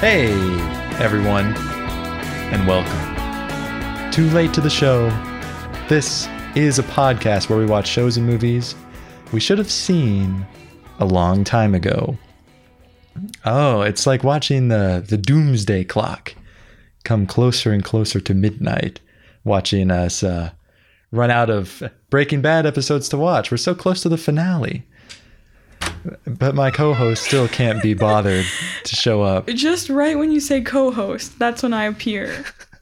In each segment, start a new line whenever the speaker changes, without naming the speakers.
Hey, everyone, and welcome. Too late to the show. This is a podcast where we watch shows and movies we should have seen a long time ago. Oh, it's like watching the, the doomsday clock come closer and closer to midnight, watching us uh, run out of Breaking Bad episodes to watch. We're so close to the finale. But my co host still can't be bothered to show up.
Just right when you say co host, that's when I appear.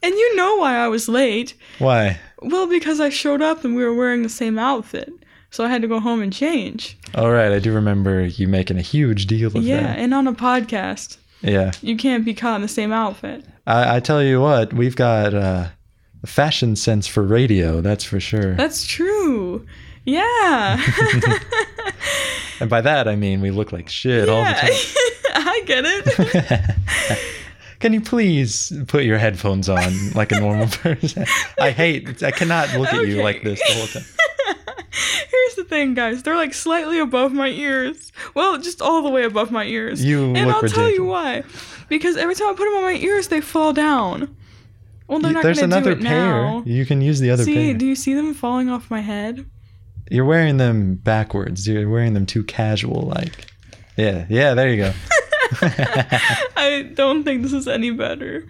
And you know why I was late.
Why?
Well, because I showed up and we were wearing the same outfit. So I had to go home and change.
All right, I do remember you making a huge deal of
yeah,
that.
and on a podcast,
Yeah.
you can't be caught in the same outfit.
I, I tell you what, we've got uh, a fashion sense for radio, that's for sure.
That's true. Yeah.
And by that, I mean we look like shit all the
Yeah.
time.
I get it.
Can you please put your headphones on like a normal person? I hate, I cannot look at you like
Okay.
this the whole time.
Here's the thing, guys. They're like slightly above my ears. Well, just all the way above my ears.
You
and
look
I'll tell you
ridiculous.
why. Because every time I put them on my ears, they fall down. Well, they're not
There's
gonna
another
do it
pair.
now.
You can use the other
See,
pair.
do you see them falling off my head?
You're wearing them backwards. You're wearing them too casual, like. Yeah, yeah, there you go.
I don't think this is any better.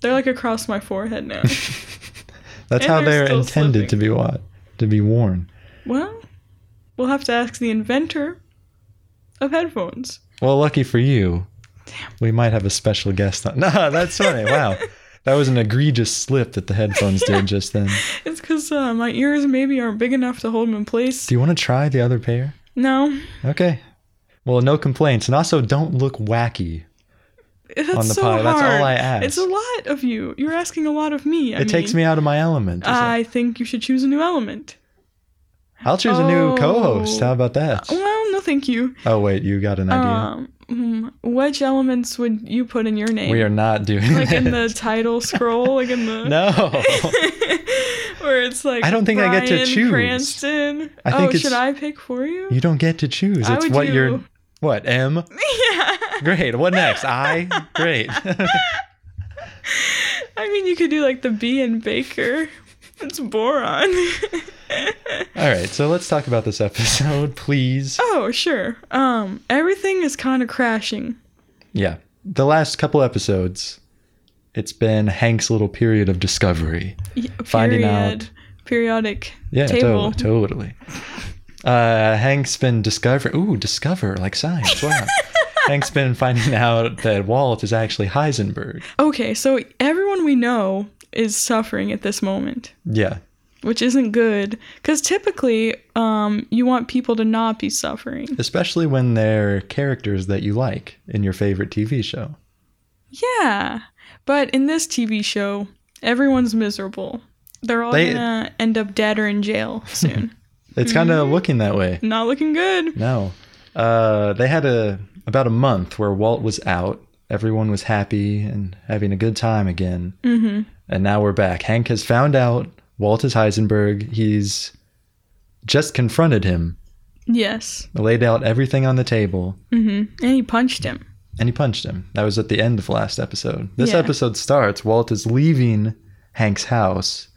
They're like across my forehead now.
That's
And
how
they're
they're
still
intended to be what? To be worn.
well, we'll have to ask the inventor of headphones.
Well, lucky for you, we might have a special guest on. No, that's funny. Wow. That was an egregious slip that the headphones did just then.
It's because uh, my ears maybe aren't big enough to hold them in place.
Do you want to try the other pair?
no,
Okay. Well, no complaints. And also, don't look wacky.
that's
On the
so
pod,
hard.
that's all I ask.
It's a lot of you. You're asking a lot of me. I
It takes me out of my element. It's like,
I think you should choose a new element.
I'll choose a new
oh.
co host. How about that?
Well, no, thank you.
Oh, wait, you got an idea?
Um, mm, which elements would you put in your name?
we are not doing
like in
this.
the title scroll, like in the
No.
where it's like
I don't think I get to
Bryan
choose.
Cranston.
I think
oh,
it's-
should I pick for you?
You don't get to choose.
I
It's
would
what you're.
do-
What, M?
yeah.
Great. What next? I? Great.
I mean, you could do like the B and Baker. It's boron.
All right, so let's talk about this episode, please.
oh, sure. Um, everything is kind of crashing.
Yeah. The last couple episodes, it's been Hank's little period of discovery.
Y-
Finding out.
Periodic.
Yeah, to-
Table.
totally. Uh, Hank's been discovering. Ooh, discover, like science. Wow. Hank's been finding out that Walt is actually Heisenberg.
Okay, so everyone we know is suffering at this moment.
Yeah.
Which isn't good, because typically, um, you want people to not be suffering.
Especially when they're characters that you like in your favorite TV show.
Yeah. But in this TV show, everyone's miserable. They're all
They-
gonna end up dead or in jail soon.
It's kind of looking that way.
Not looking good.
No. Uh, they had a about a month where Walt was out. Everyone was happy and having a good time again. Mm-hmm. And now we're back. Hank has found out Walt is Heisenberg. He's just confronted him,
Yes.
laid out everything on the table,
hmm And he punched him.
and he punched him. That was at the end of last episode. This
Yeah.
episode starts. Walt is leaving Hank's house,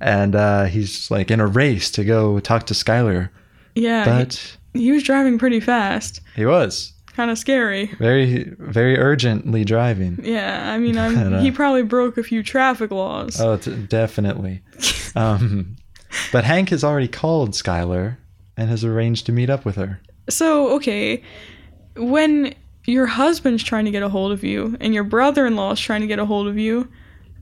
and uh, he's like in a race to go talk to Skylar.
Yeah. he-
But
he, was driving pretty fast.
he was
Kind of scary.
very, very urgently driving.
Yeah. I mean,
I know.
I'm, he probably broke a few traffic laws.
Oh, t- definitely. um, but Hank has already called Skylar and has arranged to meet up with her.
so, okay. When your husband's trying to get a hold of you and your brother in law's trying to get a hold of you,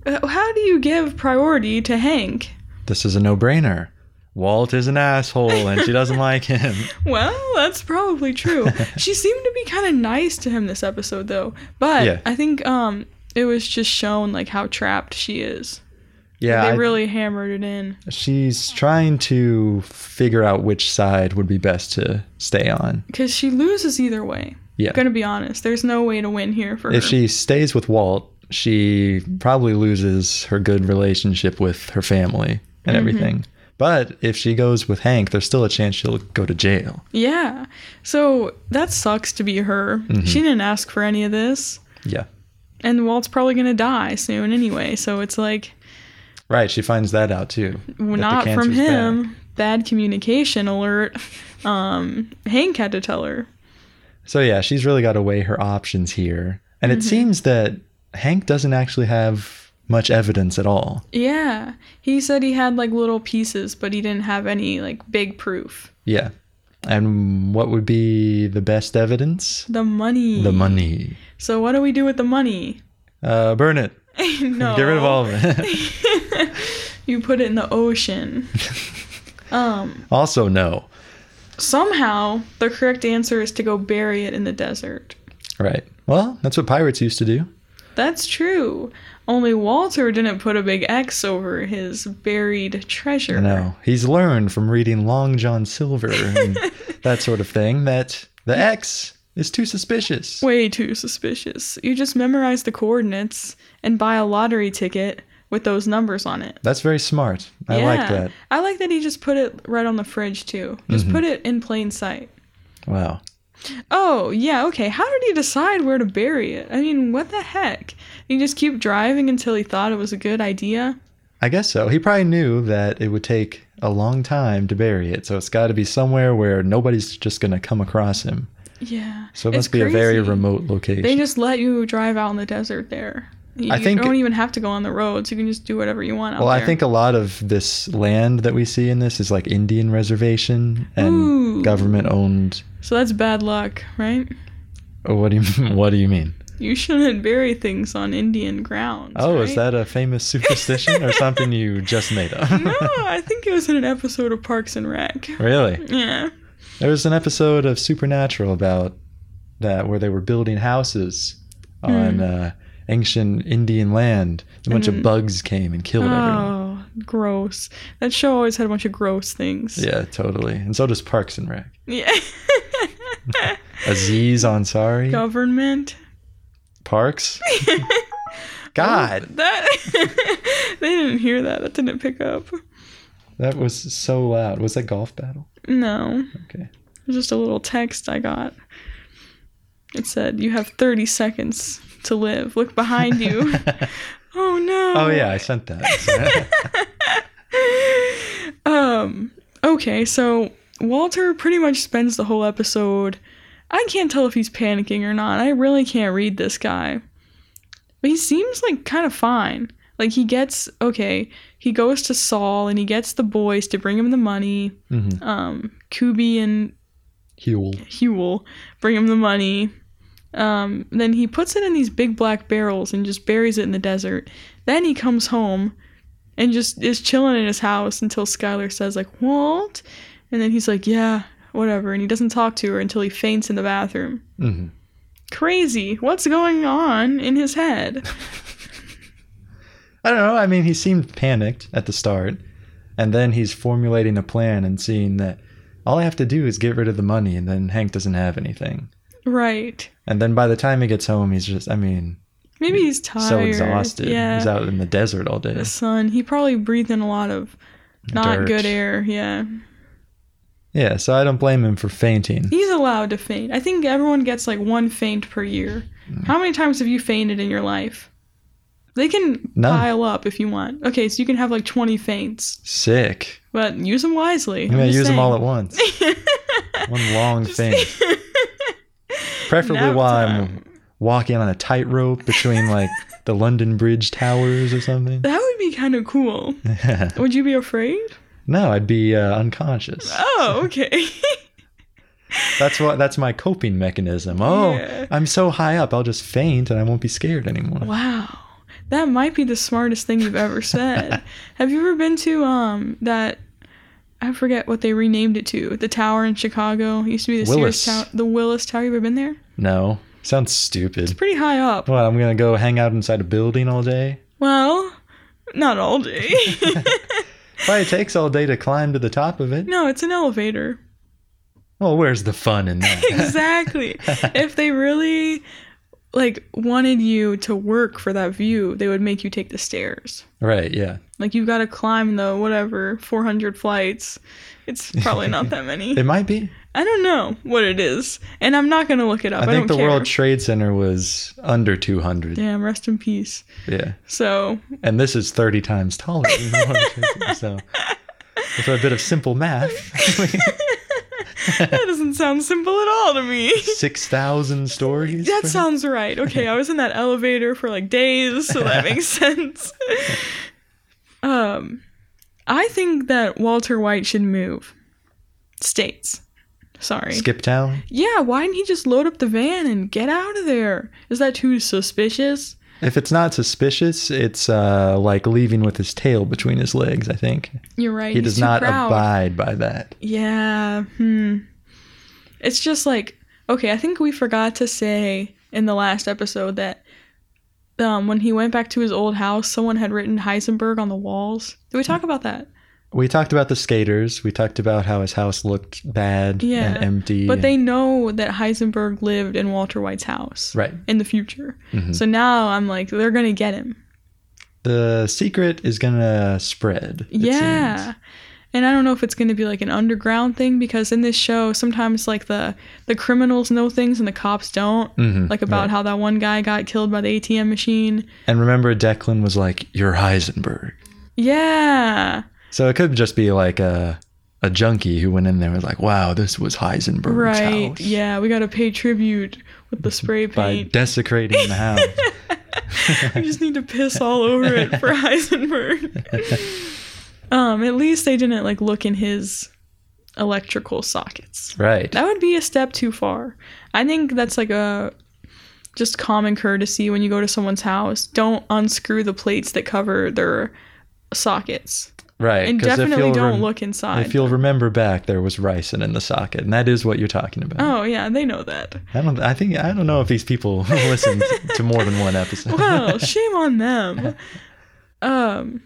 uh, how do you give priority to Hank?
This is a no-brainer. Walt is an asshole and she doesn't like him.
Well, that's probably true. she seemed to be kind of nice to him this episode though. But
Yeah.
I think um it was just shown like how trapped she is.
Yeah,
they
I-
really hammered it in.
she's trying to figure out which side would be best to stay on.
Cuz she loses either way.
Yeah.
Going to be honest, there's no way to win here for
If
her.
she stays with Walt, she probably loses her good relationship with her family
Mm-hmm.
and everything. But if she goes with Hank, there's still a chance she'll go to jail.
yeah. So that sucks to be her. She didn't ask for any of this.
Mm-hmm. Yeah.
and Walt's probably gonna die soon anyway. So it's like
Right, she finds that out too. that the
not from
cancer's
him.
back.
Bad communication alert. Um, Hank had to tell her.
So yeah, she's really got to weigh her options here. And
Mm-hmm.
it seems that Hank doesn't actually have much evidence at all.
Yeah, he said he had like little pieces, but he didn't have any like big proof.
Yeah. And what would be the best evidence?
The money.
The money.
So what do we do with the money?
Uh, burn it.
no.
Get rid of all of it.
You put it in the ocean. um,
also, no.
somehow the correct answer is to go bury it in the desert.
Right. Well, that's what pirates used to do.
That's true. Only Walter didn't put a big X over his buried treasure.
I know. He's learned from reading Long John Silver and that sort of thing that the X is too suspicious.
Way too suspicious. You just memorize the coordinates and buy a lottery ticket with those numbers on it.
That's very smart. I like that. Mm-hmm.
I like that he just put it right on the fridge too. Just put it in plain sight.
Wow.
Oh, yeah, okay. How did he decide where to bury it? I mean, what the heck? He just keep driving until he thought it was a good idea?
I guess so. He probably knew that it would take a long time to bury it, so it's got to be somewhere where nobody's just going to come across him.
Yeah.
So it
It's
must be a very
crazy.
remote location.
They just let you drive out in the desert there. You
I think-
don't even have to go on the roads. You can just do whatever you want out
well, I
there.
think a lot of this land that we see in this is like Indian reservation and
Ooh.
government owned.
so that's bad luck, right?
Oh, what do you What do you mean?
You shouldn't bury things on Indian grounds.
Oh, is
right?
that a famous superstition or something you just made up?
no, I think it was in an episode of Parks and Rec.
really?
Yeah.
There was an episode of Supernatural about that where they were building houses on uh, ancient Indian land. A bunch of bugs came and killed everyone.
Oh, gross. That show always had a bunch of gross things.
Yeah, totally. And so does Parks and Rec.
Yeah.
Aziz Ansari,
Government.
Parks. God,
That they didn't hear that. That didn't pick up.
that was so loud. Was that golf battle?
No.
Okay.
It was just a little text I got. It said, "You have 30 seconds to live. Look behind you." oh no.
Oh yeah, I sent that.
Um. Okay, so Walter pretty much spends the whole episode. I can't tell if he's panicking or not. I really can't read this guy. But he seems like kind of fine. Like he gets okay, he goes to Saul and he gets the boys to bring him the money.
Mhm.
Um Kubi and
Huel.
Huel bring him the money. Um, then he puts it in these big black barrels and just buries it in the desert. Then he comes home and just is chilling in his house until Skylar says, like, Walt? And then he's like, yeah, whatever. And he doesn't talk to her until he faints in the bathroom.
hmm
Crazy. What's going on in his head?
I don't know. I mean, he seemed panicked at the start, and then he's formulating a plan and seeing that all I have to do is get rid of the money, and then Hank doesn't have anything.
right.
And then by the time he gets home, he's just, I mean,
Maybe he's tired.
so exhausted.
Yeah.
He's out in the desert all day.
The sun. He probably breathed in a lot of not
Dirt.
good air. Yeah.
Yeah, so I don't blame him for fainting.
He's allowed to faint. I think everyone gets like one faint per year.
Mm.
How many times have you fainted in your life? They can
None.
pile up if you want. Okay, so you can have like 20 faints,
Sick.
but use them wisely.
I'm gonna use them all at once. One long faint. Preferably
Nap
while I'm walking on a tightrope between like the London Bridge towers or something.
That would be kind of cool. Would you be afraid?
no, I'd be uh, unconscious.
Oh, okay.
That's what that's my coping mechanism. Oh,
Yeah.
I'm so high up, I'll just faint and I won't be scared anymore.
wow. That might be the smartest thing you've ever said. have you ever been to um that I forget what they renamed it to. The tower in Chicago it used to be the
Willis.
Sears Tower, the Willis Tower. You ever been there?
No, sounds stupid.
pretty high up.
What? I'm gonna go hang out inside a building all day.
Well, not all day.
Probably takes all day to climb to the top of it.
no, it's an elevator.
Well, where's the fun in that?
Exactly. if they really like wanted you to work for that view, they would make you take the stairs.
right? Yeah.
Like you've got to climb the whatever 400 flights. It's probably not that many.
It might be.
I don't know what it is, and I'm not gonna look it up.
I
I,
think
don't
the
care.
World Trade Center was under 200. Yeah.
Damn, rest in peace. So
And this is 30 times taller than the World Trade Center. So, with a bit of simple math,
that doesn't sound simple at all to me.
6,000 stories?
That
perhaps?
sounds right. Okay, I was in that elevator for like days, so that makes sense. Um, I think that Walter White should move states. Sorry.
Skip town?
Yeah, why didn't he just load up the van and get out of there? Is that too suspicious?
If it's not suspicious, it's uh, like leaving with his tail between his legs, I think.
You're right.
He
he's
does
too
not
proud.
abide by that.
Yeah. Hmm. It's just like okay. I think we forgot to say in the last episode that um, when he went back to his old house, someone had written Heisenberg on the walls. Did we talk about that?
We talked about the skaters. We talked about how his house looked bad
Yeah,
and empty.
But
and-
they know that Heisenberg lived in Walter White's house
Right.
in the future.
Mhm.
So now I'm like, they're gonna get him.
The secret is going to spread. it
yeah.
seems.
And I don't know if it's going to be like an underground thing because in this show sometimes like the the criminals know things and the cops don't.
Mhm,
Like about
right.
how that one guy got killed by the ATM machine.
And remember, Declan was like, You're Heisenberg.
Yeah.
So it could just be like a, a junkie who went in there and was like, Wow, this was Heisenberg's
Right.
house.
Yeah, we got to pay tribute with the spray
By
paint.
desecrating the house.
we just need to piss all over it for Heisenberg. um at least they didn't like look in his electrical sockets.
right.
That would be a step too far. I think that's like a just common courtesy when you go to someone's house. Don't unscrew the plates that cover their sockets.
Right.
And
'cause if
definitely
you'll
don't
rem-
look inside.
If you'll remember back, there was ricin in the socket, and that is what you're talking about.
oh, yeah, they know that.
I don't. I think I don't know if these people listened to more than one episode.
Well, shame on them. Um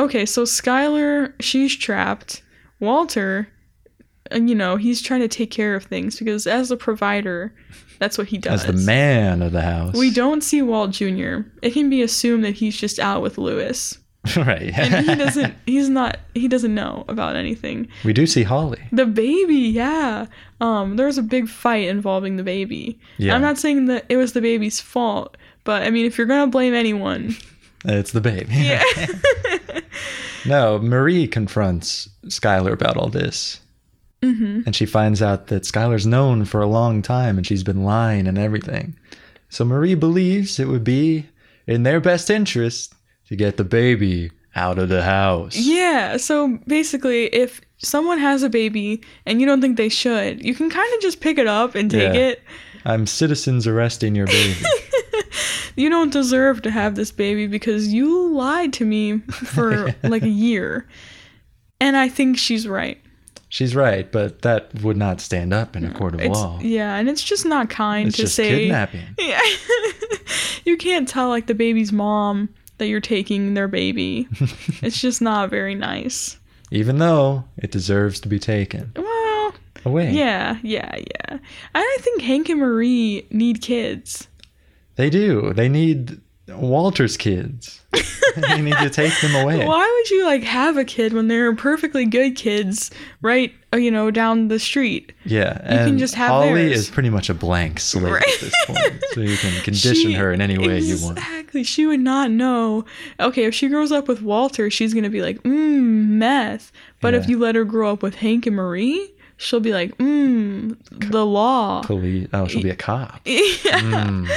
okay, so Skylar, she's trapped. Walter, and you know, he's trying to take care of things because as the provider, that's what he does.
As the man of the house,
We don't see Walt Jr. It can be assumed that he's just out with Lewis.
right.
And he doesn't he's not he doesn't know about anything.
we do see Holly.
The baby, yeah. Um there was a big fight involving the baby.
Yeah,
I'm not saying that it was the baby's fault, but I mean if you're going to blame anyone.
it's the baby.
Yeah.
no, Marie confronts Skylar about all this,
mhm.
and she finds out that Skylar's known for a long time, and she's been lying and everything. So Marie believes it would be in their best interest to get the baby out of the house.
Yeah, so basically if someone has a baby and you don't think they should, you can kind of just pick it up and take
Yeah.
it.
I'm citizens arresting your baby.
you don't deserve to have this baby because you lied to me for like a year. And I think she's right.
She's right, but that would not stand up in a court of
It's,
law.
yeah, and it's just not kind
It's
to
just
say
kidnapping.
Yeah. you can't tell like the baby's mom that you're taking their baby. it's just not very nice.
Even though it deserves to be taken
Well,
away.
yeah, yeah, yeah. And I think Hank and Marie need kids.
They do. They need Walter's kids. they need to take them away.
Why would you like have a kid when there are perfectly good kids right, uh, you know, down the street?
Yeah. And
can just have
Holly
theirs.
is pretty much a blank slate
Right.
at this point. So you can condition her in any way you want.
Exactly. She would not know. Okay, if she grows up with Walter, she's gonna be like, mmm, meth. But if
Yeah.
you let her grow up with Hank and Marie, she'll be like, mmm, the law.
Police. Oh, she'll be a cop.
yeah.
Mm.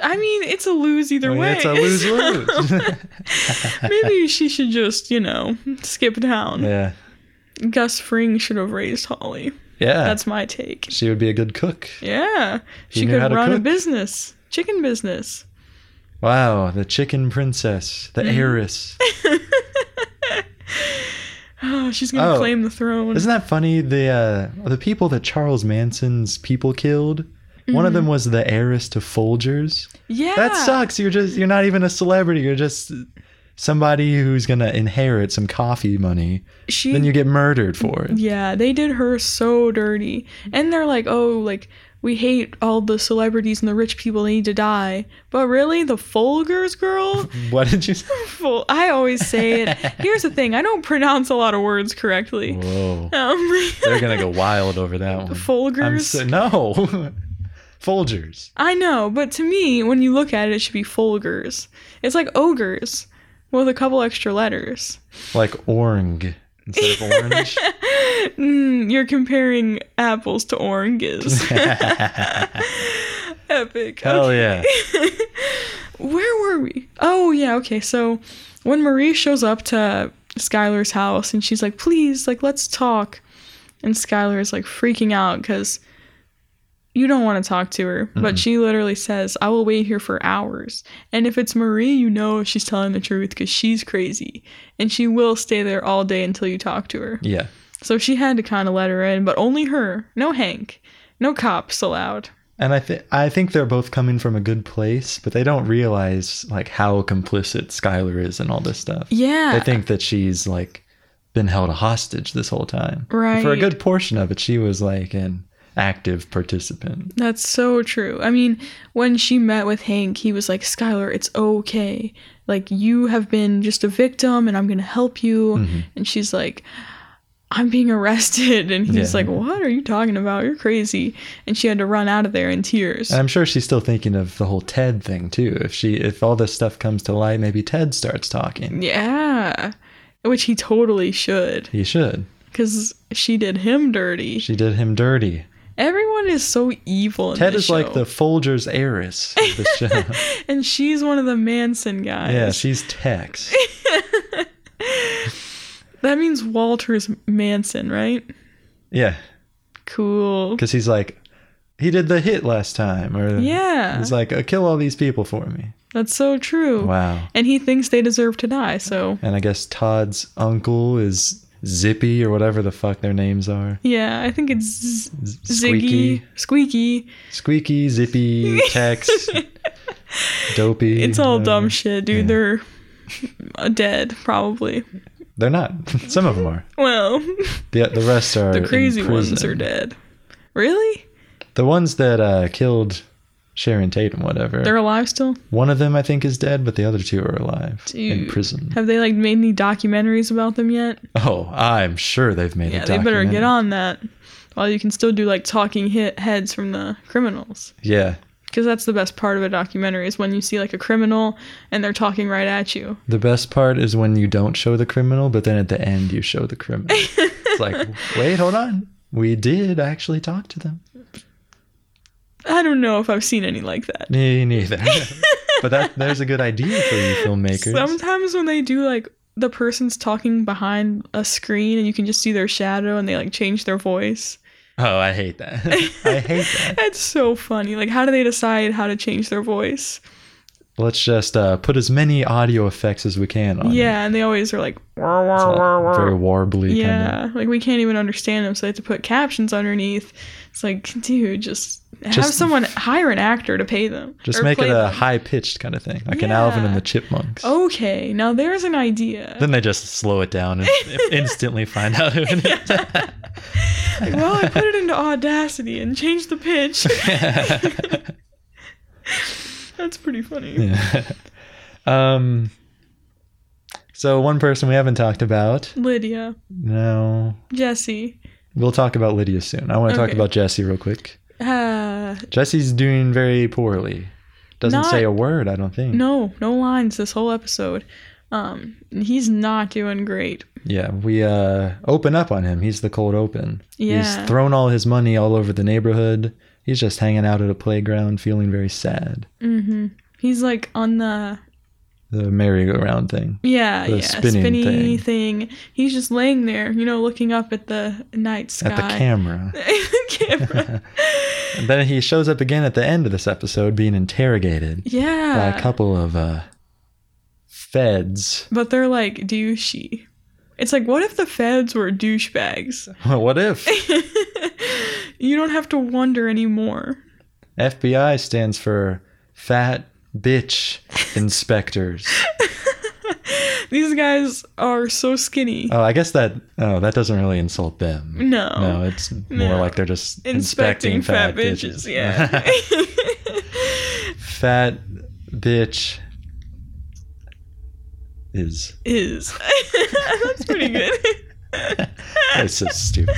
I mean, it's a lose either
I mean,
way.
it's a lose lose.
Maybe she should just, you know, skip down.
yeah.
Gus Fring should have raised Holly.
Yeah.
That's my take.
she would be a good cook.
Yeah.
He
she
knew
could
how to
run a
cook.
business, chicken business.
Wow. The chicken princess, the
Mm-hmm.
heiress.
Oh, she's gonna
Oh.
claim the throne.
Isn't that funny? The uh, the people that Charles Manson's people killed. One
Mm-hmm.
of them was the heiress to Folgers.
yeah.
That sucks. You're just you're not even a celebrity. You're just somebody who's gonna inherit some coffee money.
She
Then you get murdered for it.
Yeah, they did her so dirty. And they're like, oh, like we hate all the celebrities and the rich people they need to die. But really, the Folgers girl?
What did you say?
Fol- I always say it. Here's the thing, I don't pronounce a lot of words correctly.
Whoa.
Um,
They're going to go wild over that one. I'm
Folgers.
so, no. Folgers.
I know, but to me, when you look at it, it should be Folgers. It's like ogres with a couple extra letters.
Like orange instead of orange.
Mm, you're comparing apples to oranges. Epic.
Hell yeah.
Where were we? Oh, yeah, okay. So when Marie shows up to Skylar's house and she's like, please, like, let's talk. And Skylar is like freaking out because you don't want to talk to her. But she literally says, I will wait here for hours. And if it's Marie, you know she's telling the truth because she's crazy. And she will stay there all day until you talk to her.
Yeah.
So she had to kind of let her in, but only her. No Hank. No cops allowed.
And I think I think they're both coming from a good place, but they don't realize like how complicit Skylar is in all this stuff.
Yeah.
They think that she's like been held a hostage this whole time. And For a
Right.
good portion of it, she was like an active participant.
That's so true. I mean, when she met with Hank, he was like, Skylar, it's okay. Like, you have been just a victim and I'm going to help you.
Mm-hmm.
And she's like, I'm being arrested. And he's
Yeah.
like, What are you talking about? You're crazy. And she had to run out of there in tears.
And I'm sure she's still thinking of the whole Ted thing too. If she if all this stuff comes to light, maybe Ted starts talking.
yeah. Which he totally should
He should.
because she did him dirty.
She did him dirty.
Everyone is so evil. In
Ted
this
is like
show.
the Folgers heiress of the show.
And she's one of the Manson guys.
yeah, she's Tex.
That means Walter's Manson, right?
Yeah,
Cool.
because he's like, he did the hit last time, or
Yeah.
he's like, uh, kill all these people for me.
That's so true.
Wow.
And he thinks they deserve to die, so
And I guess Todd's uncle is Zippy or whatever the fuck their names are.
yeah, I think it's Z-
Z-
Ziggy,
Squeaky,
Squeaky.
Squeaky, Zippy, Tex, Dopey. Uh,
It's all dumb
whatever.
shit, dude. They're uh, dead, probably.
They're not. Some of them are.
Well,
The the rest are.
the
in
crazy ones
prison.
are dead. Really?
The ones that uh, killed Sharon Tate and whatever.
They're alive still?
One of them I think is dead, but the other two are alive in
Dude.
prison.
Have they like made any documentaries about them yet?
Oh, I'm sure they've made
Yeah,
a
they better
documentary.
get on that. While you can still do like talking hit heads from the criminals.
Yeah,
Because that's the best part of a documentary is when you see like a criminal and they're talking right at you.
The best part is when you don't show the criminal, but then at the end you show the criminal. it's like, wait, hold on. We did actually talk to them.
I don't know if I've seen any like that.
Me neither. but that there's a good idea for you filmmakers.
Sometimes when they do like the person's talking behind a screen and you can just see their shadow and they like change their voice.
oh, I hate that. I hate that.
That's so funny. Like how do they decide how to change their voice?
Let's just uh, put as many audio effects as we can on. it.
Yeah, and they always are like "Wah,
It's
wah,
all
wah, wah."
very warbly kind
Yeah, like we can't even understand them, so they have to put captions underneath. It's like, dude, just, have
Just-
someone hire an actor to pay them.
of. Just
or
make it
play
a
them.
high pitched kind of thing, like an Alvin and
Yeah. Oh.
the Chipmunks.
Okay, now there's an idea.
Then they just slow it down and instantly find out who it is.
Like, well, I put it into Audacity and changed the pitch. That's pretty funny.
Yeah. um. So one person we haven't talked about.
Lydia,
No,
Jesse,
we'll talk about Lydia soon. I want to talk
Okay.
about Jesse real quick.
uh,
Jesse's doing very poorly. Doesn't
Not-
say a word. I don't think.
no, no lines this whole episode. Um, he's not doing great.
Yeah, we uh open up on him. He's the cold open.
Yeah.
He's thrown all his money all over the neighborhood. He's just hanging out at a playground, feeling very sad.
hmm He's like on the
The merry-go-round thing.
yeah
The
yeah
spinning
spinny
thing.
thing. He's just laying there, you know, looking up at the night sky.
At the camera.
camera.
And then he shows up again at the end of this episode, being interrogated. by
Yeah.
a couple of uh feds.
But they're like douchey. It's like, what if the feds were douchebags?
what if
you don't have to wonder anymore.
FBI stands for fat bitch inspectors?
These guys are so skinny.
Oh, I guess that. Oh, that doesn't really insult them.
no.
No, it's more
No.
like they're just
Inspecting, fat, bitches. Yeah.
fat bitch is.
Is. That's pretty good.
That's so stupid.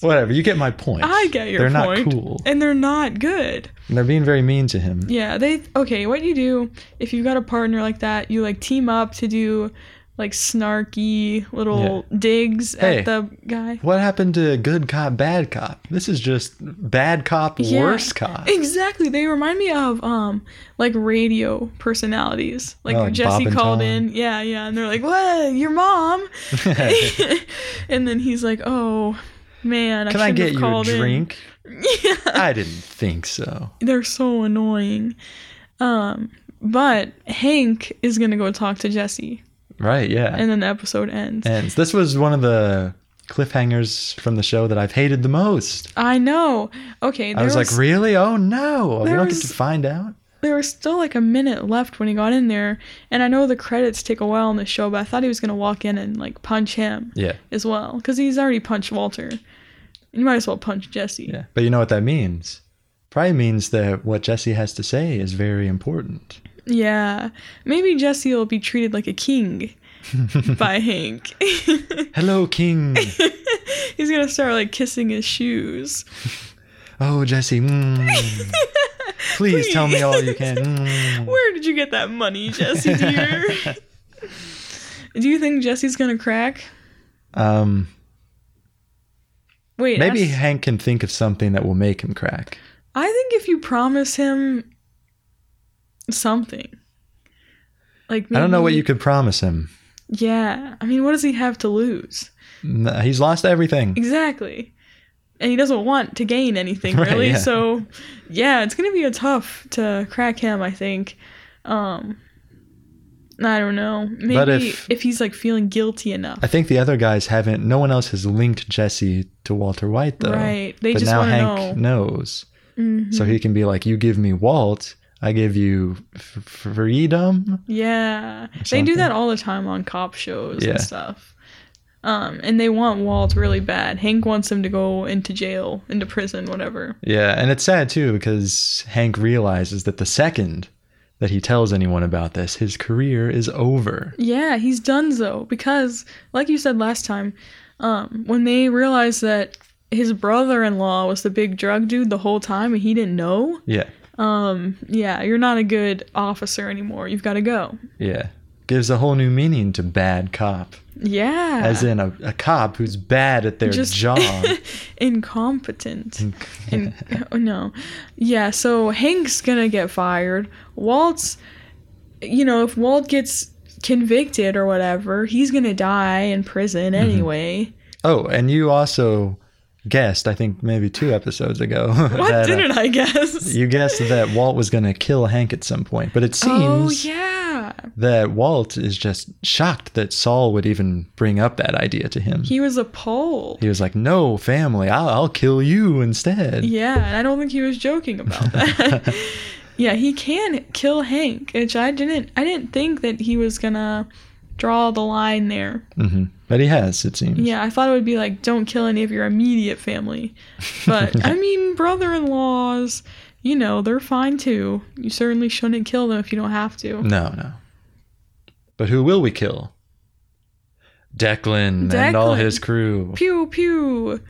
Whatever. You get my point.
I get your
they're
point.
not cool.
And they're not good.
And they're being very mean to him.
Yeah, they okay, what you do if you've got a partner like that, you like team up to do like snarky little digs
Hey.
at the guy.
What happened to good cop, bad cop? This is just bad cop,
Yeah.
worse cop.
Exactly. They remind me of um like radio personalities. Like,
Oh, like
Jesse
Bob and
called
Tom.
in. Yeah, yeah. And they're like, What? Your mom? and then he's like, Oh man,
Can
I,
I
shouldn't
get
have
you a
called in."
drink?
Yeah.
I didn't think so.
They're so annoying. Um but Hank is gonna go talk to Jesse.
Right, yeah.
And then the episode ends.
ends. This was one of the cliffhangers from the show that I've hated the most.
I know. Okay,
I
there
was,
was,
like, really? Oh no! We
there
don't
was-
get to find out.
there was still like a minute left when he got in there, and I know the credits take a while on the show, but I thought he was gonna walk in and like punch him
Yeah,
as well, because he's already punched Walter. You might as well punch Jesse.
yeah. But you know what that means? Probably means that what Jesse has to say is very important.
Yeah. maybe Jesse will be treated like a king by Hank.
Hello, King.
he's gonna start like kissing his shoes.
oh, Jesse. Mm. Please, tell me all you can. Mm.
Where did you get that money, Jesse dear? Do you think Jesse's gonna crack?
Um,
Wait,
maybe
ask-
Hank can think of something that will make him crack.
I think if you promise him something, like
I don't know what
maybe-
you could promise him.
Yeah, I mean, what does he have to lose?
No, He's lost everything.
Exactly, and he doesn't want to gain anything
Right,
really.
yeah.
So, yeah, it's gonna be a tough to crack him. I think. Um, I don't know. Maybe
But
if,
if-
he's like feeling guilty enough,
I think the other guys haven't. No one else has linked Jesse to Walter White though.
right? They
but
just
now
want to know.
Hank knows,
Mhm.
so he can be like, "You give me Walt, I give you f- freedom."
Yeah. They
something.
do that all the time on cop shows
Yeah.
and stuff. Um, and they want Walt really bad. Hank wants him to go into jail, into prison, whatever.
Yeah, and it's sad too because Hank realizes that the second that he tells anyone about this, his career is over.
Yeah, he's done so because, like you said last time, um, when they realized that his brother-in-law was the big drug dude the whole time and he didn't know,
Yeah,
um, yeah, you're not a good officer anymore. You've got to go.
yeah, gives a whole new meaning to bad cop,
Yeah,
as in a, a cop who's bad at their
Just-
job.
incompetent. And oh, no, yeah. So Hank's gonna get fired. Walt's, you know, if Walt gets convicted or whatever, he's gonna die in prison
Mm-hmm.
anyway.
oh, and you also guessed, I think maybe two episodes ago.
What
that, uh,
didn't I guess?
You guessed that Walt was going to kill Hank at some point, but it
oh
seems
yeah,
that Walt is just shocked that Saul would even bring up that idea to him. He,
he was a pole.
was like, "No, family, I'll, I'll kill you instead."
Yeah, and I don't think he was joking about that. yeah, he can kill Hank, which I didn't. I didn't think that he was gonna draw the line there.
hmm But he has, it seems.
Yeah, I thought it would be like, don't kill any of your immediate family. But I mean, brother in laws, you know, they're fine too. You certainly shouldn't kill them if you don't have to.
No, no. But who will we kill? Declan, and all
Declan.
his crew.
Pew, pew.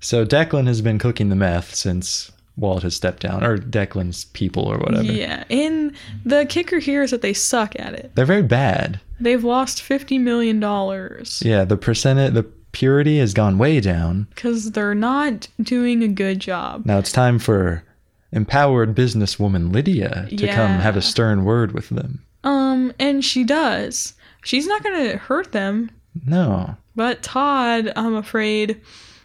So Declan has been cooking the meth since Walt has stepped down, or Declan's people, or whatever.
Yeah. And the kicker here is that they suck at it.
They're very bad.
They've lost $50 million because
Yeah, the percentage, the purity has gone way down.
they're not doing a good job.
Now it's time for empowered businesswoman Lydia to come
Yeah.
have a stern word with them.
Um, and she does. She's not going to hurt them,
No.
but Todd, I'm afraid,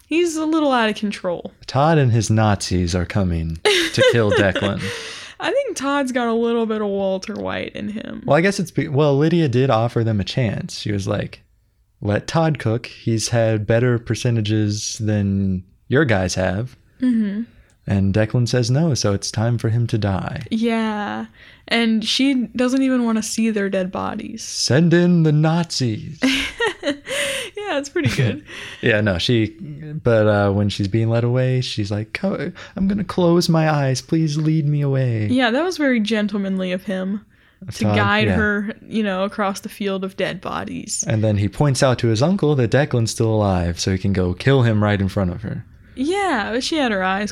he's a little out of control.
Todd and his Nazis are coming to kill Declan.
I think Todd's got a little bit of Walter White in him.
Well, I guess it's be- well, Lydia did offer them a chance. She was like, "Let Todd cook. He's had better percentages than your guys have."
Mm-hmm.
And Declan says no, so it's time for him to die.
Yeah. And she doesn't even want to see their dead bodies.
Send in the Nazis.
yeah, it's pretty good.
yeah, no, she. But uh, when she's being led away, she's like, "Co- "I'm gonna close my eyes. Please lead me away."
yeah, that was very gentlemanly of him to
Todd,
guide
yeah.
her, you know, across the field of dead bodies.
And then he points out to his uncle that Declan's still alive, so he can go kill him right in front of her.
Yeah, but she had her eyes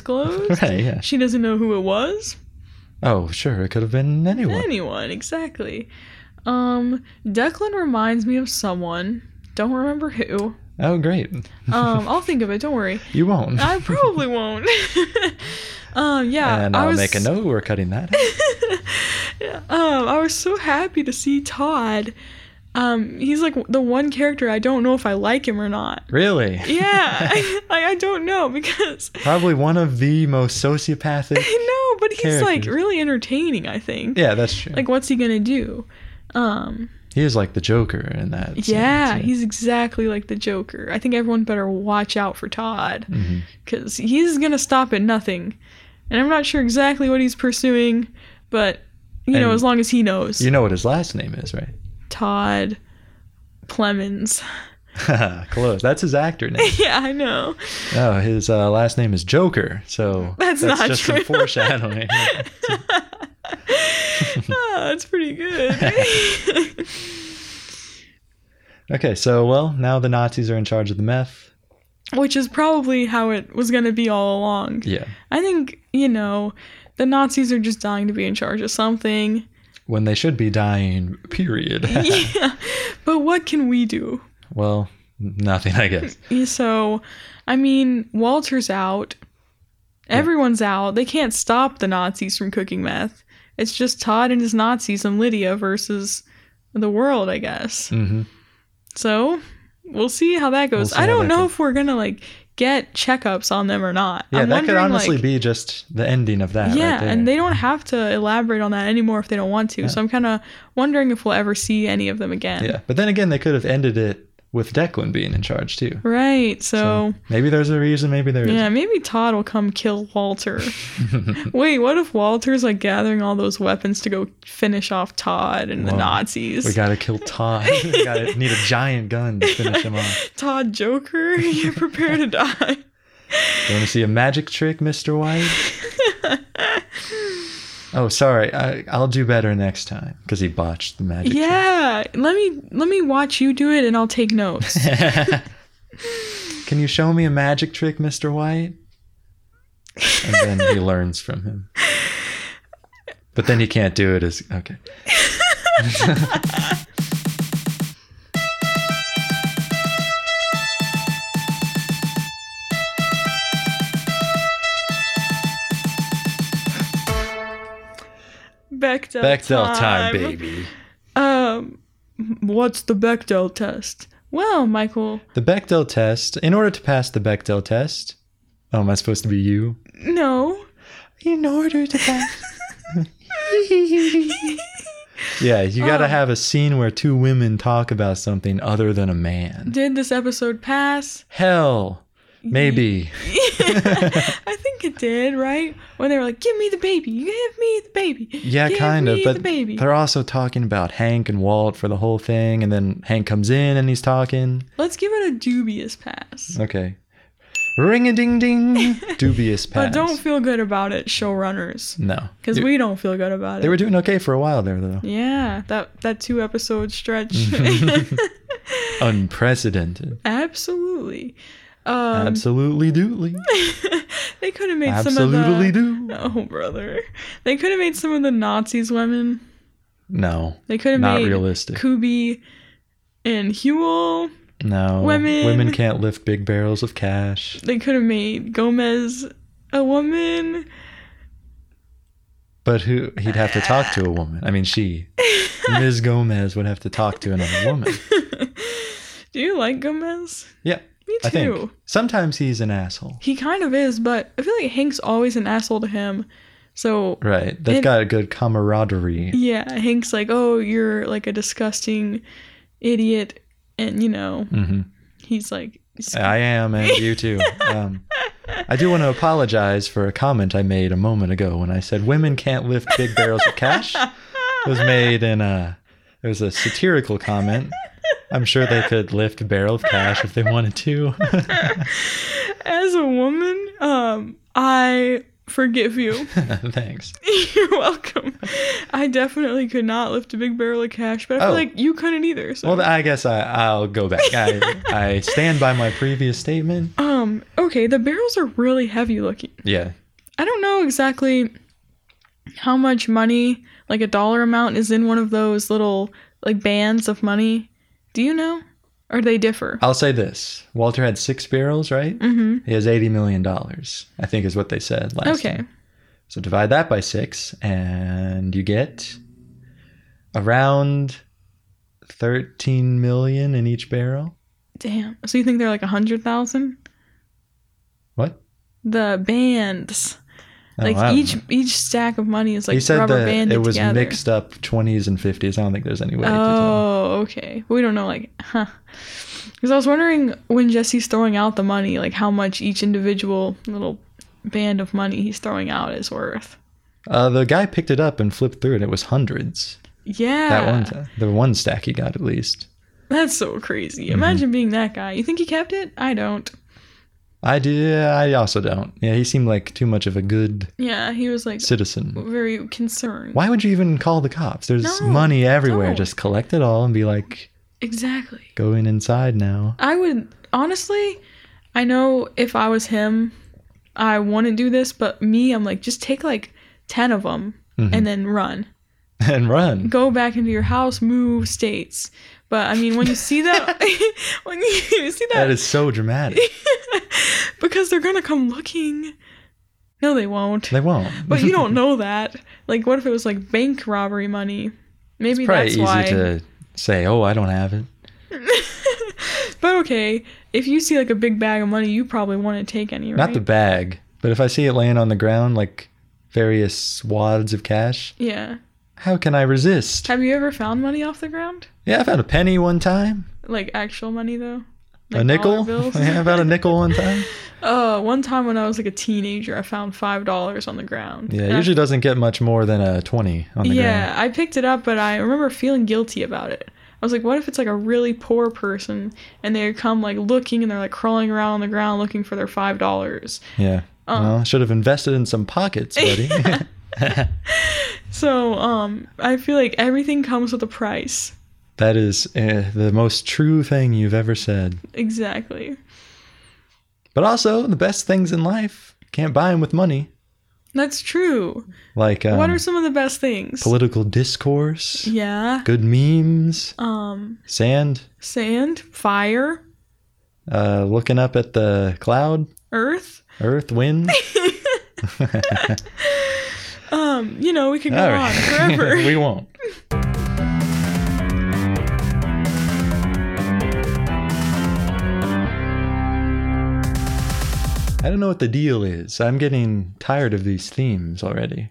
closed.
Right? Yeah.
She doesn't know who it was.
Oh, sure. It could have been anyone.
Anyone, exactly. Um, Declan reminds me of someone. Don't remember who.
Oh, great.
Um, I'll think of it. Don't worry.
You won't.
I probably won't. um, yeah.
and
I
I'll
was-
make a note. We're cutting that. out.
um, I was so happy to see Todd. Um, he's like the one character I don't know if I like him or not.
Really?
Yeah, I, I don't know because
Probably one of the most sociopathic.
I know, but he's like
Characters.
really entertaining. I think.
Yeah, that's true.
Like, what's he gonna do? Um,
he is like the Joker in that. sense,
yeah, he's exactly like the Joker. I think everyone better watch out for Todd
Mhm.
because he's gonna stop at nothing, and I'm not sure exactly what he's pursuing, but you know,
And-
as long as he knows,
You know what his last name is,
Todd Clemens.
right? Close. That's his actor name.
yeah, I know.
Oh, his uh, last name is Joker, so
That's not
just
true.
some foreshadowing.
oh, that's pretty good.
okay, so well, now the Nazis are in charge of the meth.
Which is probably how it was gonna be all along.
Yeah,
I think you know, the Nazis are just dying to be in charge of something.
when they should be dying. Period.
yeah, but what can we do?
well, nothing, I guess.
So, I mean, Walter's out. Everyone's out. They can't stop the Nazis from cooking meth. It's just Todd and his Nazis and Lydia versus the world, I guess.
hmm
So, we'll see how that goes.
We'll see
I
how that
don't know
goes.
if we're going to like get checkups on them or not.
Yeah,
I'm
that could
wondering,
honestly
like-
be just the ending of that.
Yeah,
right there.
and they don't have to elaborate on that anymore if they don't want to. So I'm kind of wondering if we'll ever see any of them again.
Yeah, but then again, they could have ended it with Declan being in charge too.
Right. so
Maybe there's a reason. Maybe there
Yeah, maybe Todd will come kill Walter.
isn't.
Wait, what if Walter's like gathering all those weapons to go finish off Todd and the
Whoa.
Nazis?
we gotta kill Todd. we gotta need a giant gun to finish him off.
Todd Joker, you prepare to die.
You want to see a magic trick, Mister White? Oh, sorry. I, I'll do better next time because he botched the magic.
yeah, let me let me watch you do it and I'll take notes.
trick. Can you show me a magic trick, Mr. White? And then he learns from him. But then he can't do it as. Okay.
Bechdel,
Bechdel time,
time.
baby.
Um, what's the Bechdel test? Well, Michael,
The Bechdel test. In order to pass the Bechdel test. Oh, am I supposed to be you?
no.
In order to pass. yeah, you gotta
Oh.
have a scene where two women talk about something other than a man.
Did this episode pass?
Hell, maybe.
I think it did, right? When they were like, "Give me the baby, give me the baby."
Yeah,
give
kind of.
me
But
the baby.
they're also talking about Hank and Walt for the whole thing, and then Hank comes in and he's talking.
Let's give it a dubious pass.
Okay. Ring a ding ding. Dubious pass.
But don't feel good about it, showrunners,
No.
because
You-
we don't feel good about
They
it.
were doing okay for a while there, though.
yeah, that that two episode stretch.
Unprecedented.
Absolutely. Um,
Absolutely doodly.
they could have made some of
Absolutely
the.
do.
Oh brother, they could have made some of the Nazis women.
No.
They could have
Not
made
realistic.
Kubi and Huel.
No.
Women-
Women can't lift big barrels of cash.
They could have made Gomez a woman.
But who? He'd have to talk
Ah.
to a woman. I mean, she. Ms. Gomez would have to talk to another woman.
Do you like Gomez?
Yeah.
Me
I
too.
think. Sometimes he's an asshole.
He kind of is, but I feel like Hank's always an asshole to him. So
Right. They've
It-
got a good camaraderie.
yeah, Hank's like, "Oh, you're like a disgusting idiot," and you know
hmm
he's like, s-
I am, and you too. Um, I do want to apologize for a comment I made a moment ago when I said women can't lift big barrels of cash. It
ah,
was made in a it was a satirical comment. I'm sure they could lift a barrel of cash if they wanted to.
As a woman, um, I forgive you.
Thanks.
You're welcome. I definitely could not lift a big barrel of cash, but I feel
Oh.
like you couldn't either. So.
Well, I guess I, I'll go back. I, I stand by my previous statement.
um. Okay, the barrels are really heavy looking.
Yeah.
I don't know exactly how much money, like a dollar amount, is in one of those little like bands of money. Do you know? Or they differ?
I'll say this Walter had six barrels, right?
Mm-hmm.
He has $80 million, I think is what they said last
Okay.
time. So divide that by six, and you get around 13 million in each barrel.
Damn. So you think they're like a hundred thousand?
What?
The bands.
Oh,
like
I don't
each
know.
each stack of money is like
he said
rubber
that
banded
it was
together.
mixed up 20s and 50s. I don't think there's any way to tell.
Oh, okay. We don't know, like, huh? Because I was wondering when Jesse's throwing out the money, like how much each individual little band of money he's throwing out is worth.
Uh, the guy picked it up and flipped through it. It was hundreds.
Yeah,
That one, the one stack he got at least.
That's so crazy.
Mm-hmm.
Imagine being that guy. You think he kept it? I don't.
I do. I also don't. Yeah, he seemed like too much of a good
Yeah, he was like
citizen.
very concerned.
Why would you even call the cops? There's
No,
money everywhere.
don't.
Just collect it all and be like,
Exactly.
go in inside now.
I would honestly, I know if I was him, I wouldn't do this, but me, I'm like, just take like 10 of them
Mhm.
and then run.
and run.
Go back into your house, move states. But I mean, when you see that, when you see that,
That is so dramatic.
because they're going to come looking. No, they won't.
They won't.
But you don't know that. Like, what if it was like bank robbery money? Maybe
Probably
that's
easy
why.
to say, oh, I don't have it.
But okay, if you see like a big bag of money, you probably want to take any, right?
Not the bag, but if I see it laying on the ground like various swaths of cash,
Yeah.
how can I resist?
Have you ever found money off the ground?
Yeah, I found a penny one time,
Like actual money though?
a
Like dollar
nickel.
Bills?
yeah, I found a nickel one time.
Uh, one time when I was like a teenager, I found five dollars on the ground.
Yeah,
And I-
it usually doesn't get much more than a 20 on the ground.
yeah, I picked it up, but I remember feeling guilty about it. I was like, what if it's like a really poor person and they come like looking and they're like crawling around on the ground looking for their five dollars?
Yeah.
Um.
well, should have invested in some pockets, buddy.
So, um, I feel like everything comes with a price.
that is uh, the most true thing you've ever said.
Exactly.
But also, the best things in life can't buy them with money,
That's true.
like um,
what are some of the best things?
political discourse,
yeah.
good memes,
Um,
sand,
sand, fire,
uh, looking up at the cloud,
earth.
earth, wind.
Um, you know, we could go
All
on
right.
forever.
we won't. I don't know what the deal is. I'm getting tired of these themes already.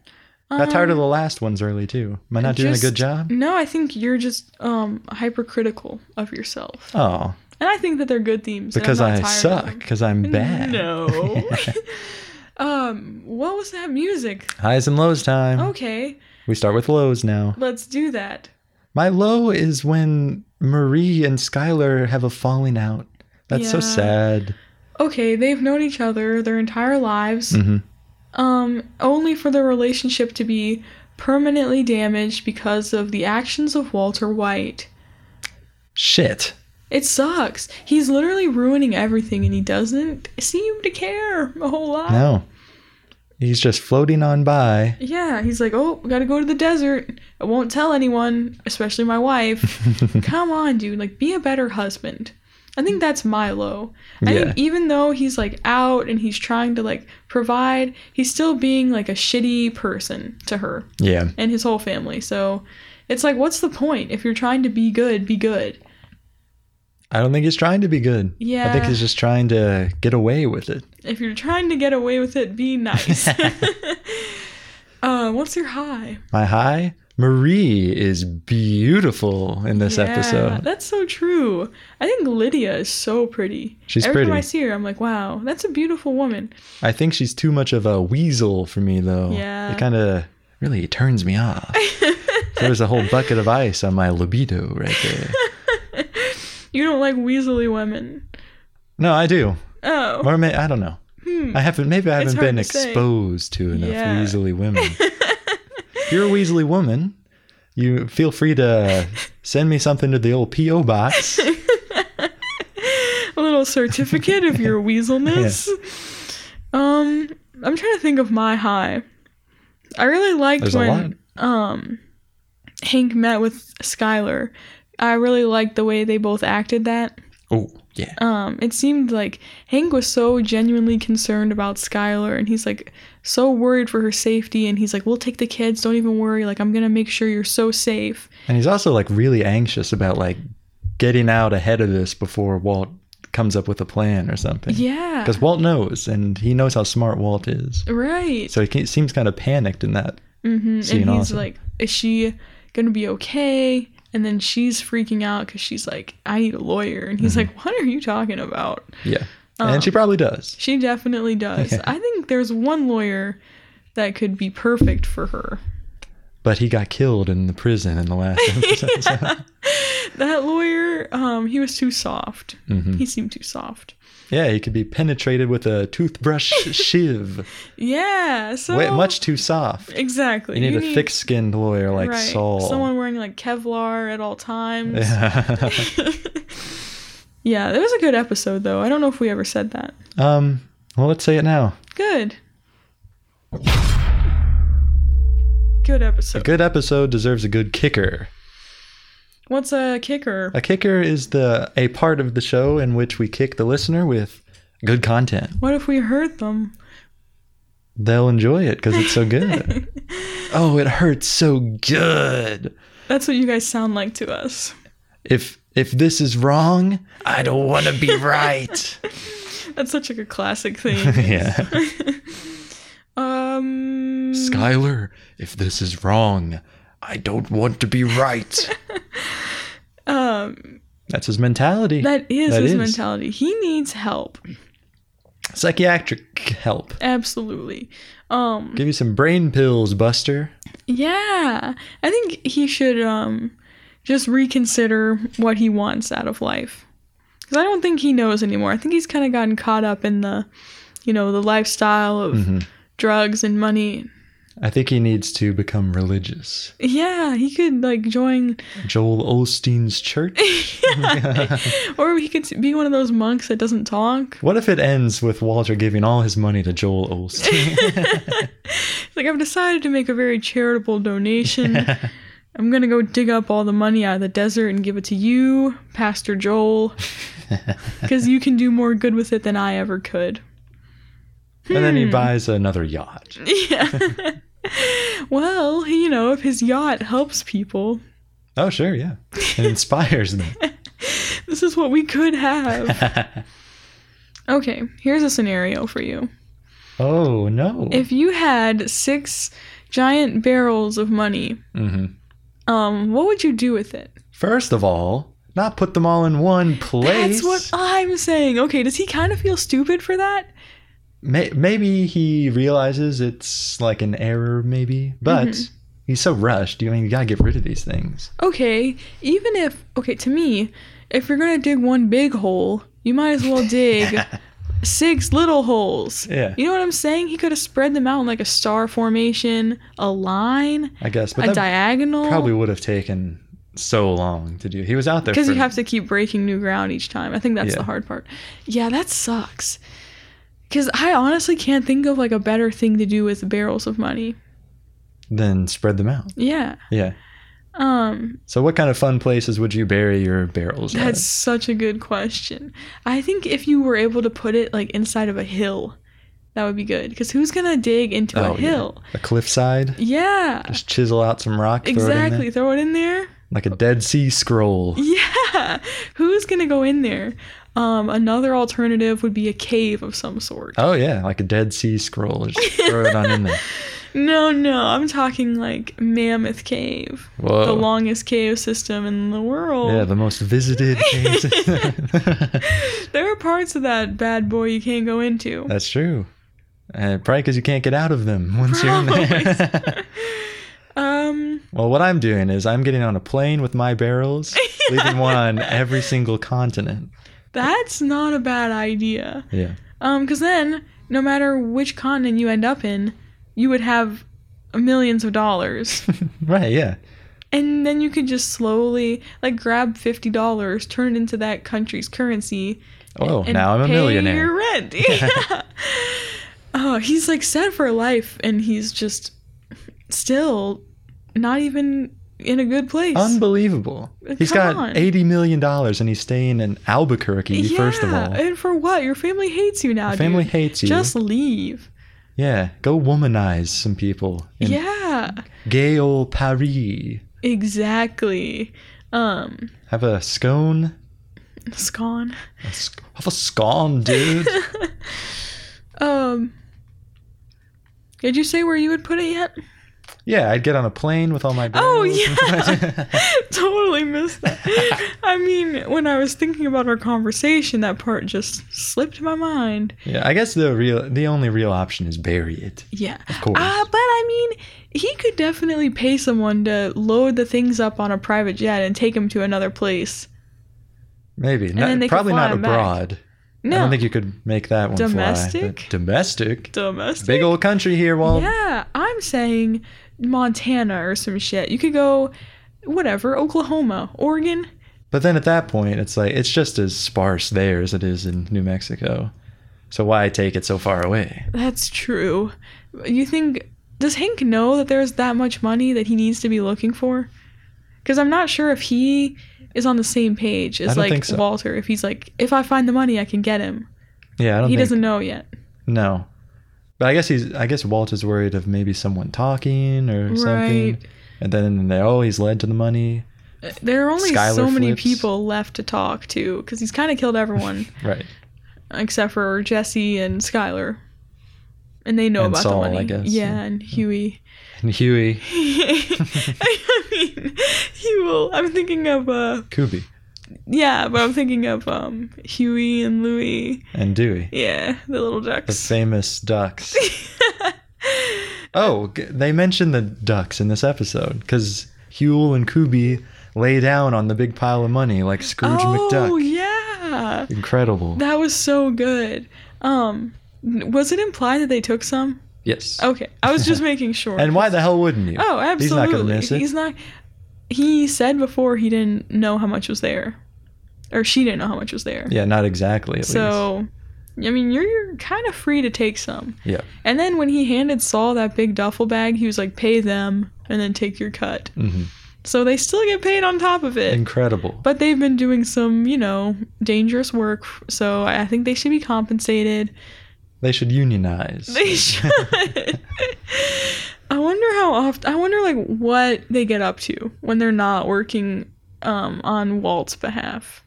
Got tired of the last ones early too. Am I not doing a good
Um, just-
job?
No, I think you're just um hypercritical of yourself.
Oh,
And I think that they're good themes. and I'm
because
not
I
tired of
suck.
them.
Because I'm bad.
No. um, what was that music?
Highs and lows time.
Okay,
We start with lows now.
let's do that.
My low is when Marie and Skylar have a falling out. That's so
Yeah.
sad.
Okay, they've known each other their entire lives.
hmm
um, only for their relationship to be permanently damaged because of the actions of Walter White.
Shit.
It sucks. He's literally ruining everything and he doesn't seem to care a whole lot.
No. He's just floating on by.
Yeah, he's like, oh, gotta go to the desert. I won't tell anyone, especially my wife. Come on, dude. Like, be a better husband. I think that's Milo. I
Yeah.
think even though he's like out and he's trying to like provide, he's still being like a shitty person to her.
yeah.
and his whole family. So it's like, what's the point? If you're trying to be good, be good.
I don't think he's trying to be good. I think
Yeah.
he's just trying to get away with it.
If you're trying to get away with it, be nice. uh, what's your high?
My high, Marie is beautiful in this
Yeah,
episode.
That's so true. I think Lydia is so pretty.
She's
Every
pretty.
time I see her, I'm like, wow, that's a beautiful woman.
I think she's too much of a weasel for me, though.
Yeah.
It kind of really turns me off. there was a whole bucket of ice on my libido right there.
You don't like weaselly women.
No, I do.
Oh.
Or may, I don't know.
Hmm.
I haven't. Maybe I
It's
haven't
hard
been
to say.
exposed to enough
Yeah.
Weasley women. You're a Weasley woman. You feel free to send me something to the old PO box.
a little certificate of your weaselness. Um, I'm trying to think of my high. I really liked
There's a
when um Hank met with Skylar. I really liked the way they both acted that.
Oh yeah.
Um, it seemed like Hank was so genuinely concerned about Skylar, and he's like so worried for her safety, and he's like, "We'll take the kids. Don't even worry. Like I'm gonna make sure you're so safe."
And he's also like really anxious about like getting out ahead of this before Walt comes up with a plan or something.
Yeah.
Because Walt knows, and he knows how smart Walt is.
Right.
So he ca- seems kind of panicked in that.
hmm And
Seeing
he's
Austin.
like, is she going to be okay? And then she's freaking out because she's like, I need a lawyer. And he's
Mm-hmm.
like, what are you talking about?
Yeah.
Oh.
and she probably does.
She definitely does. I think there's one lawyer that could be perfect for her.
But he got killed in the prison in the last episode.
That lawyer, um, he was too soft.
Mm-hmm.
He seemed too soft.
yeah, he could be penetrated with a toothbrush shiv.
Yeah. So
Wait, much too soft.
Exactly.
You need a thick skinned lawyer like
right,
Saul.
Someone wearing like Kevlar at all times.
Yeah.
yeah, that was a good episode though. I don't know if we ever said that.
um, well, let's say it now.
Good. Good
A
episode.
good episode deserves a good kicker.
What's a kicker?
A kicker is the a part of the show in which we kick the listener with good content.
What if we hurt them?
They'll enjoy it because it's so good. oh, it hurts so good.
That's what you guys sound like to us.
If if this is wrong, I don't want to be right.
That's such like a classic thing.
yeah.
um,
Skylar, if this is wrong, I don't want to be right.
um,
That's his mentality.
that is
That
his
is.
mentality. He needs help.
Psychiatric help.
Absolutely. Um,
Give you some brain pills, Buster.
Yeah. I think he should um just reconsider what he wants out of life. Cuz I don't think he knows anymore. I think he's kind of gotten caught up in the you know, the lifestyle of
Mm-hmm.
drugs and money.
I think he needs to become religious.
Yeah, he could like join
Joel Olstein's church.
or he could be one of those monks that doesn't talk.
What if it ends with Walter giving all his money to Joel Olstein?
Like I've decided to make a very charitable donation. I'm going to go dig up all the money out of the desert and give it to you, Pastor Joel, cuz you can do more good with it than I ever could.
and then he
Hmm.
buys another yacht.
Yeah. well, you know, if his yacht helps people,
Oh, sure, yeah. It inspires them.
this is what we could have. Okay, here's a scenario for you.
oh, no.
If you had six giant barrels of money,
hmm
um, what would you do with it?
First of all, not put them all in one place.
That's what I'm saying. Okay, does he kind of feel stupid for that?
May- maybe he realizes it's like an error, maybe, but
Mm-hmm.
he's so rushed. You I mean you gotta get rid of these things?
Okay, even if, okay, to me, if you're gonna dig one big hole, you might as well dig six little holes.
Yeah,
You know what I'm saying? He could have spread them out in like a star formation, a line,
I guess,
a
but that
diagonal.
probably would have taken so long to do. He was out there
because
for,
you have to keep breaking new ground each time. I think that's
Yeah.
the hard part. Yeah, that sucks. Because I honestly can't think of like a better thing to do with barrels of money.
then spread them out.
Yeah.
Yeah.
Um,
So, what kind of fun places would you bury your barrels? at?
that's such a good question. I think if you were able to put it like inside of a hill, that would be good. Because who's gonna dig into
Oh,
a
yeah.
hill?
a cliffside.
Yeah,
Just chisel out some rock, throw it in there.
exactly. Throw it in there.
like a Dead Sea Scroll.
Yeah. Who's going to go in there? Um, another
Uh.
alternative would be a cave of some sort.
Oh yeah, like a Dead Sea Scroll. Just throw it on in there.
No, no, I'm talking like Mammoth Cave,
Whoa.
the longest cave system in the world.
yeah, the most visited. caves.
there are parts of that bad boy you can't go into.
That's true. And probably because you can't get out of them once you're in there.
Probably. um,
well, what I'm doing is I'm getting on a plane with my barrels, leaving one on every single continent.
that's not a bad idea.
Yeah.
Um, because then no matter which continent you end up in, you would have millions of dollars,
right, yeah.
and then you could just slowly like grab fifty dollars, turn it into that country's currency,
Oh,
and
now I'm a
pay
millionaire.
Your rent. Yeah. oh, he's like set for life, and he's just still not even in a good place.
Unbelievable.
Uh,
He's
come
got
on.
$80 million and he's staying in Albuquerque, first of
Yeah,
all.
and for what? Your family hates you now.
Your family
dude.
hates you.
Just leave.
yeah, go womanize some people in
yeah,
gay old Paris.
exactly. Um,
Have a scone.
it's gone.
A sc- have a scone, dude.
um, did you say where you would put it yet?
yeah, I'd get on a plane with all my
Oh,
barrels.
yeah. totally missed that. I mean, when I was thinking about our conversation, that part just slipped my mind.
yeah, I guess the real, the only real option is bury it.
Yeah.
Of course.
Ah, but I mean, he could definitely pay someone to load the things up on a private jet and take them to another place.
Maybe. Not,
then they could
probably
fly
not
'em back.
abroad.
No.
I don't think you could make that one fly, but
Domestic?
domestic.
Domestic.
Big old country here, Walt.
yeah, I'm saying Montana or some shit. You could go, whatever, Oklahoma, Oregon.
But then at that point, it's like it's just as sparse there as it is in New Mexico. So why take it so far away?
That's true. You think does Hank know that there's that much money that he needs to be looking for? Because I'm not sure if he is on the same page
I
as
don't
like
think so.
Walter. If he's like, if I find the money, I can get him.
Yeah, I don't
He
think
doesn't know yet.
no. But I guess he's I guess Walt is worried of maybe someone talking or something.
Right.
And then they always led to the money.
Uh, There are only
Skylar
so many
flips.
people left to talk to because he's kind of killed everyone
Right.
except for Jesse and Skylar, and they know
And
about
Saul,
the money.
I guess.
Yeah, and Huey.
And Huey
I mean, he will. I'm thinking of uh,
Kubi
Yeah, but I'm thinking of um Huey and Louie.
and Dewey.
Yeah, the little
The
ducks.
famous ducks. Oh, g- they mentioned the ducks in this episode because Huel and Kubi lay down on the big pile of money like Scrooge
oh
McDuck.
yeah,
Incredible.
that was so good. Um, n- was it implied that they took some?
yes.
Okay, I was just making sure.
And why the hell wouldn't you?
Oh, absolutely.
He's not going to miss it.
He's not- He said before he didn't know how much was there, or she didn't know how much was there.
yeah, not exactly. At
so, I mean, you're, you're kind of free to take some.
least. Yeah.
And then when he handed Saul that big duffel bag, he was like, "Pay them and then take your cut."
hmm
So they still get paid on top of it.
Incredible.
But they've been doing some, you know, dangerous work, so I think they should be compensated.
They should unionize.
They should. I wonder how often I wonder like what they get up to when they're not working um on Walt's behalf.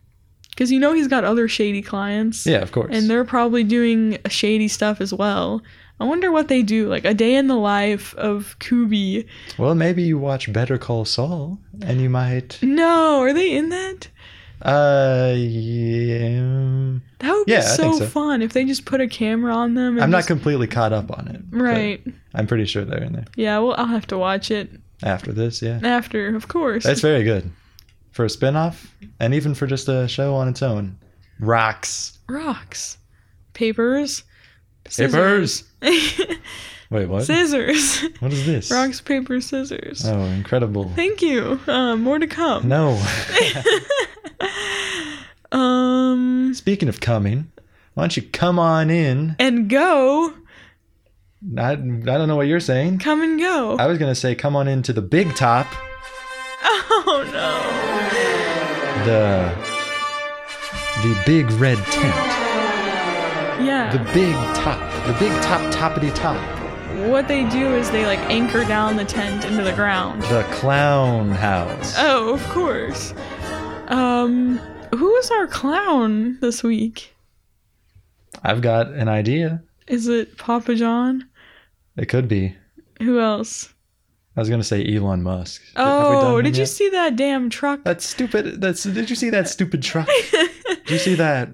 Cuz you know he's got other shady clients
yeah, of course.
and they're probably doing shady stuff as well. I wonder what they do like a day in the life of Kubi.
well, maybe you watch Better Call Saul and you might.
No, are they in that?
Uh, yeah.
That would
Yeah, I
be so,
think so.
fun if they just put a camera on them. And
I'm not
just-
completely caught up on it. but
right.
I'm pretty sure they're in there
Yeah, well, I'll have to watch it
after this, yeah.
after, of course.
That's very good. For a spinoff and even for just a show on its own. Rocks.
Rocks, papers,
Papers.
scissors, papers,
Wait, what?
scissors,
What is this?
rocks, paper, scissors.
Oh, incredible.
Thank you. Uh, more to come.
No.
um,
Speaking of coming, why don't you come on in?
and go,
I, I don't know what you're saying.
come and go.
I was going to say, come on into the big top,
oh no.
the the big red tent,
Yeah.
the big top, the big top toppity top,
what they do is they like anchor down the tent into the ground.
the clown house.
Oh, of course. Um, who is our clown this week?
I've got an idea.
Is it Papa John?
It could be.
Who else?
I was gonna say Elon Musk. Have we done
Oh,
him
did you
yet?
see that damn truck?
that stupid? That's did you see that stupid truck? did you see that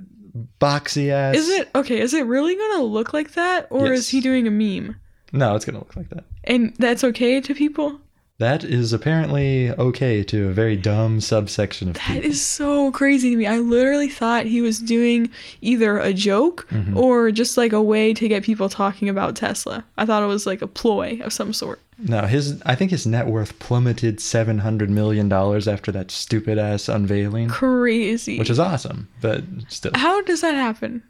boxy ass?
is it okay? Is it really gonna look like that, or
Yes.
is he doing a meme?
No, it's gonna look like that.
And that's okay to people.
That is apparently okay to a very dumb subsection of
That
people.
is so crazy to me. I literally thought he was doing either a joke
Mhm.
or just like a way to get people talking about Tesla. I thought it was like a ploy of some sort.
No, his I think his net worth plummeted seven hundred million dollars after that stupid ass unveiling,
Crazy.
which is awesome. But still,
How does that happen?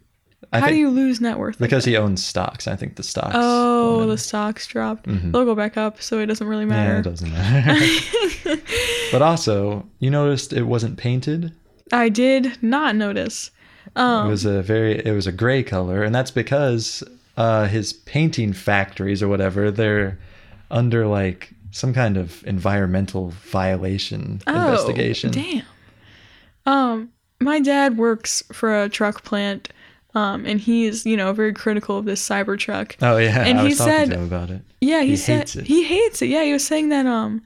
I
How
think
do you lose net worth? like
because
that?
he owns stocks. I think the stocks.
Oh, the
plummeted.
stocks dropped.
Mhm.
They'll go back up, so it doesn't really
yeah, it
matter.
doesn't matter. but also, you noticed it wasn't painted.
I did not notice.
it
Um,
was a very it was a gray color, and that's because uh, his painting factories or whatever they're under like some kind of environmental violation
oh,
investigation.
Damn. Um, my dad works for a truck plant, um, and he's you know very critical of this Cybertruck.
Oh yeah,
And
I
he
was talking
said-
to him about it.
Yeah, he,
He
said
hates it.
he hates it. Yeah, he was saying that um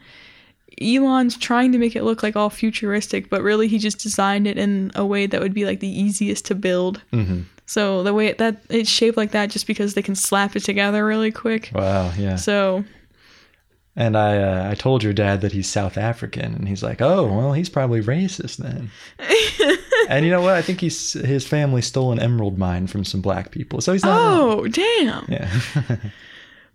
Elon's trying to make it look like all futuristic, but really he just designed it in a way that would be like the easiest to build.
hmm
So the way it, that it's shaped like that just because they can slap it together really quick.
Wow, yeah.
So
And I uh, I told your dad that he's South African, and he's like, oh well, he's probably racist then. and you know what? I think he's his family stole an emerald mine from some black people, so he's not. wrong.
Oh, damn.
Yeah.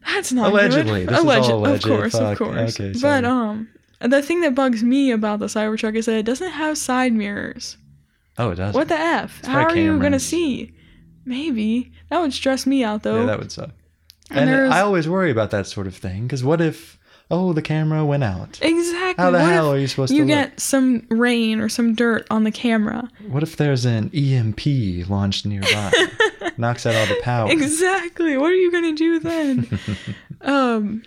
That's not
Allegedly.
Good.
This is all alleged.
Of course,
Fuck.
of course.
Okay, sorry.
but um the thing that bugs me about the Cybertruck is that it doesn't have side mirrors.
oh, it does.
What the F? How are
probably
you going to
cameras.
see? Maybe. That would stress me out, though.
Yeah, that would suck.
And
And,
there's-
I always worry about that sort of thing because what if, oh, the camera went out?
exactly.
How the
what
hell
if
are you supposed
you
to
get some rain or some dirt on the camera?
look? What if there's an EMP launched nearby, knocks out all the power?
Exactly. What are you going to do then? um,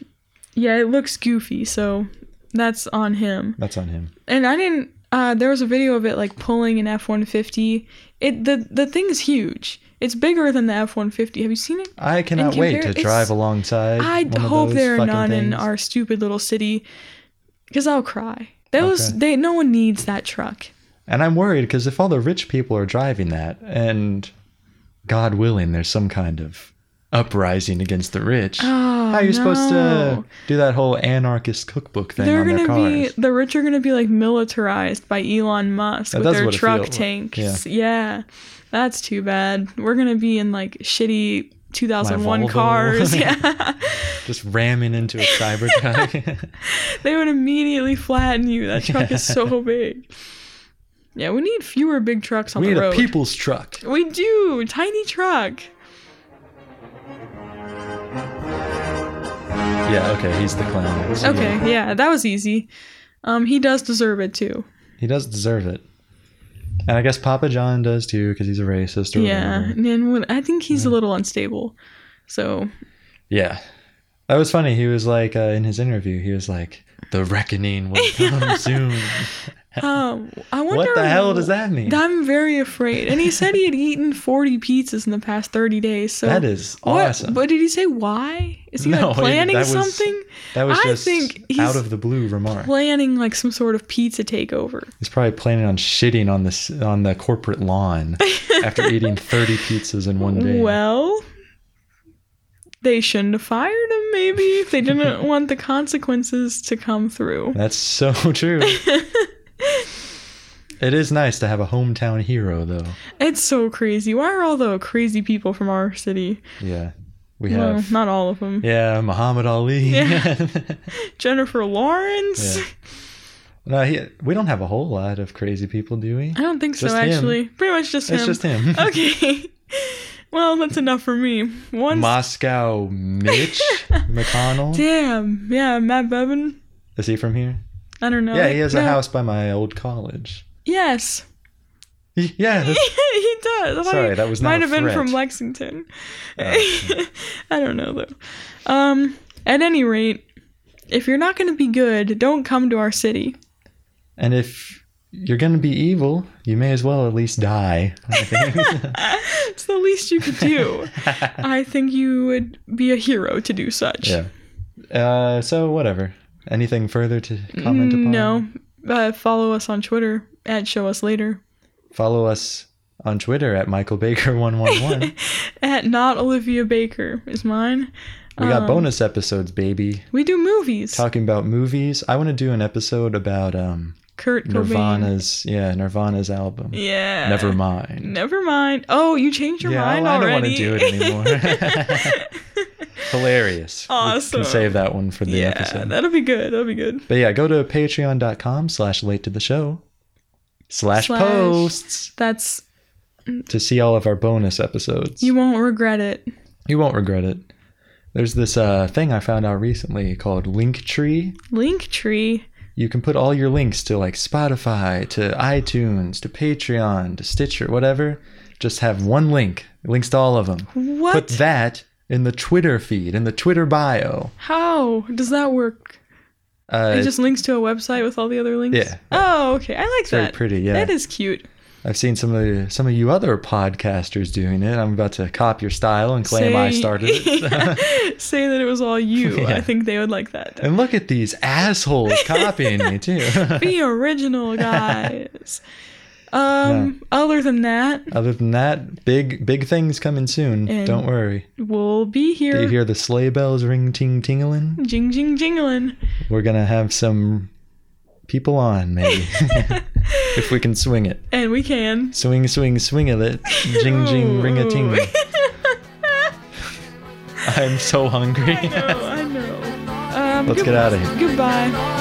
yeah, it looks goofy, so that's on him.
That's on him.
And I didn't. Uh, there was a video of it like pulling an F one fifty. It the the thing is huge. It's bigger than the F one fifty. Have you seen it?
I cannot wait
compare-
to
it's-
drive alongside.
I
one of
hope
those
there are
fucking
none in
things.
our stupid little city, because I'll cry. Those
Okay.
they no one needs that truck.
And I'm worried because if all the rich people are driving that, and God willing, there's some kind of uprising against the rich.
Oh,
How are you supposed to
no.
do that whole anarchist cookbook thing
They're
on their
gonna
cars?
be the rich are gonna be like militarized by Elon Musk
That-
with
that's
their
what it
truck
feels like,
tanks. Yeah. that's too bad. We're gonna be in like shitty 2001
My Volvo.
cars. Yeah,
Just ramming into a cyber truck.
they would immediately flatten you. That truck is so big. Yeah, we need fewer big trucks on
we
the
need
road.
a people's truck.
we do tiny truck.
Yeah, okay, he's the clown. So,
Okay,
yeah,
yeah, that was easy. Um, he does deserve it too.
He does deserve it. And I guess Papa John does too, because he's a racist or
Yeah,
whatever.
and then when- I think he's a little unstable. So
Yeah. That was funny. He was like, uh, in his interview, he was like, the reckoning will come soon.
Um, I wonder
What the hell does that mean?
I'm very afraid. And he said he had eaten 40 pizzas in the past 30 days. So
that is
what,
awesome.
But did he say why? Is he
No,
like
he-
planning
that was-
something?
that was
I
just
think he's-
out of the blue remark.
Planning like some sort of pizza takeover.
He's probably planning on shitting on this on the corporate lawn after eating 30 pizzas in one day.
Well, they shouldn't have fired him. Maybe if they didn't want the consequences to come through.
That's so true. it is nice to have a hometown hero, though.
It's so crazy. Why are all the crazy people from our city?
Yeah, we
Well,
have.
not all of them.
Yeah, Muhammad Ali.
Yeah. Jennifer Lawrence.
Yeah. no, he, we don't have a whole lot of crazy people, do we?
I don't think so,
Just him.
actually. Pretty much just
It's
him.
just him.
Um, okay. well, that's enough for me. One.
Moscow Mitch McConnell.
Damn. Yeah, Matt Bevin.
Is he from here?
I don't know.
yeah, he has a
No.
house by my old college.
Yes.
Y- Yeah, that's-
he does. I thought
Sorry,
he
that was not
Might
a
have been from
threat. Oh,
Lexington. I don't know, though. Um, at any rate, if you're not going to be good, don't come to our city.
and if you're gonna be evil, you may as well at least die. I think.
It's the least you could do. I think you would be a hero to do such.
yeah. Uh, so whatever. Anything further to comment upon?
Mm, No. Uh, follow us on Twitter at Show Us Later,
Follow us on Twitter at Michael Baker one one one.
at Not Olivia Baker is mine.
We got
Um,
bonus episodes, baby.
We do movies.
Talking about movies. I want to do an episode about um
Kurt Cobain.
Nirvana's yeah Nirvana's album.
Yeah.
Never mind.
Never mind. Oh, you changed your
Yeah,
mind
well, I don't wanna
already.
do it anymore. Hilarious. We
Awesome.
can save that one for the
yeah,
episode.
that'll be good. That'll be good.
But yeah, go to patreon.com slash late to the show slash
Slash-
posts
That's
to see all of our bonus episodes.
you won't regret it.
you won't regret it. There's this uh, thing I found out recently called Linktree.
Linktree.
You can put all your links to like Spotify, to iTunes, to Patreon, to Stitcher, whatever. Just have one link, links to all of them.
What?
Put that in the Twitter feed, in the Twitter bio.
How does that work?
Uh,
it
it's
just links to a website with all the other links.
Yeah.
Oh, okay. I like
very
that.
pretty, yeah.
That is cute.
I've seen some of the, some of you other podcasters doing it. I'm about to copy your style and claim I started it.
say that it was all you.
Yeah.
I think they would like that.
and look at these assholes copying me too.
Be original, guys. um. Other than that,
Other than that, big big things coming soon.
And-
Don't worry.
we'll be
Do
here.
you hear the sleigh bells ring ting tingling?
Jing jing jingling.
We're gonna have some people on maybe if we can swing it.
And we can.
Swing swing swing of it. Jing jing ring a ting.
Ooh.
I'm so hungry.
I know. I know. Um,
Let's
good-
get outta here.
Goodbye.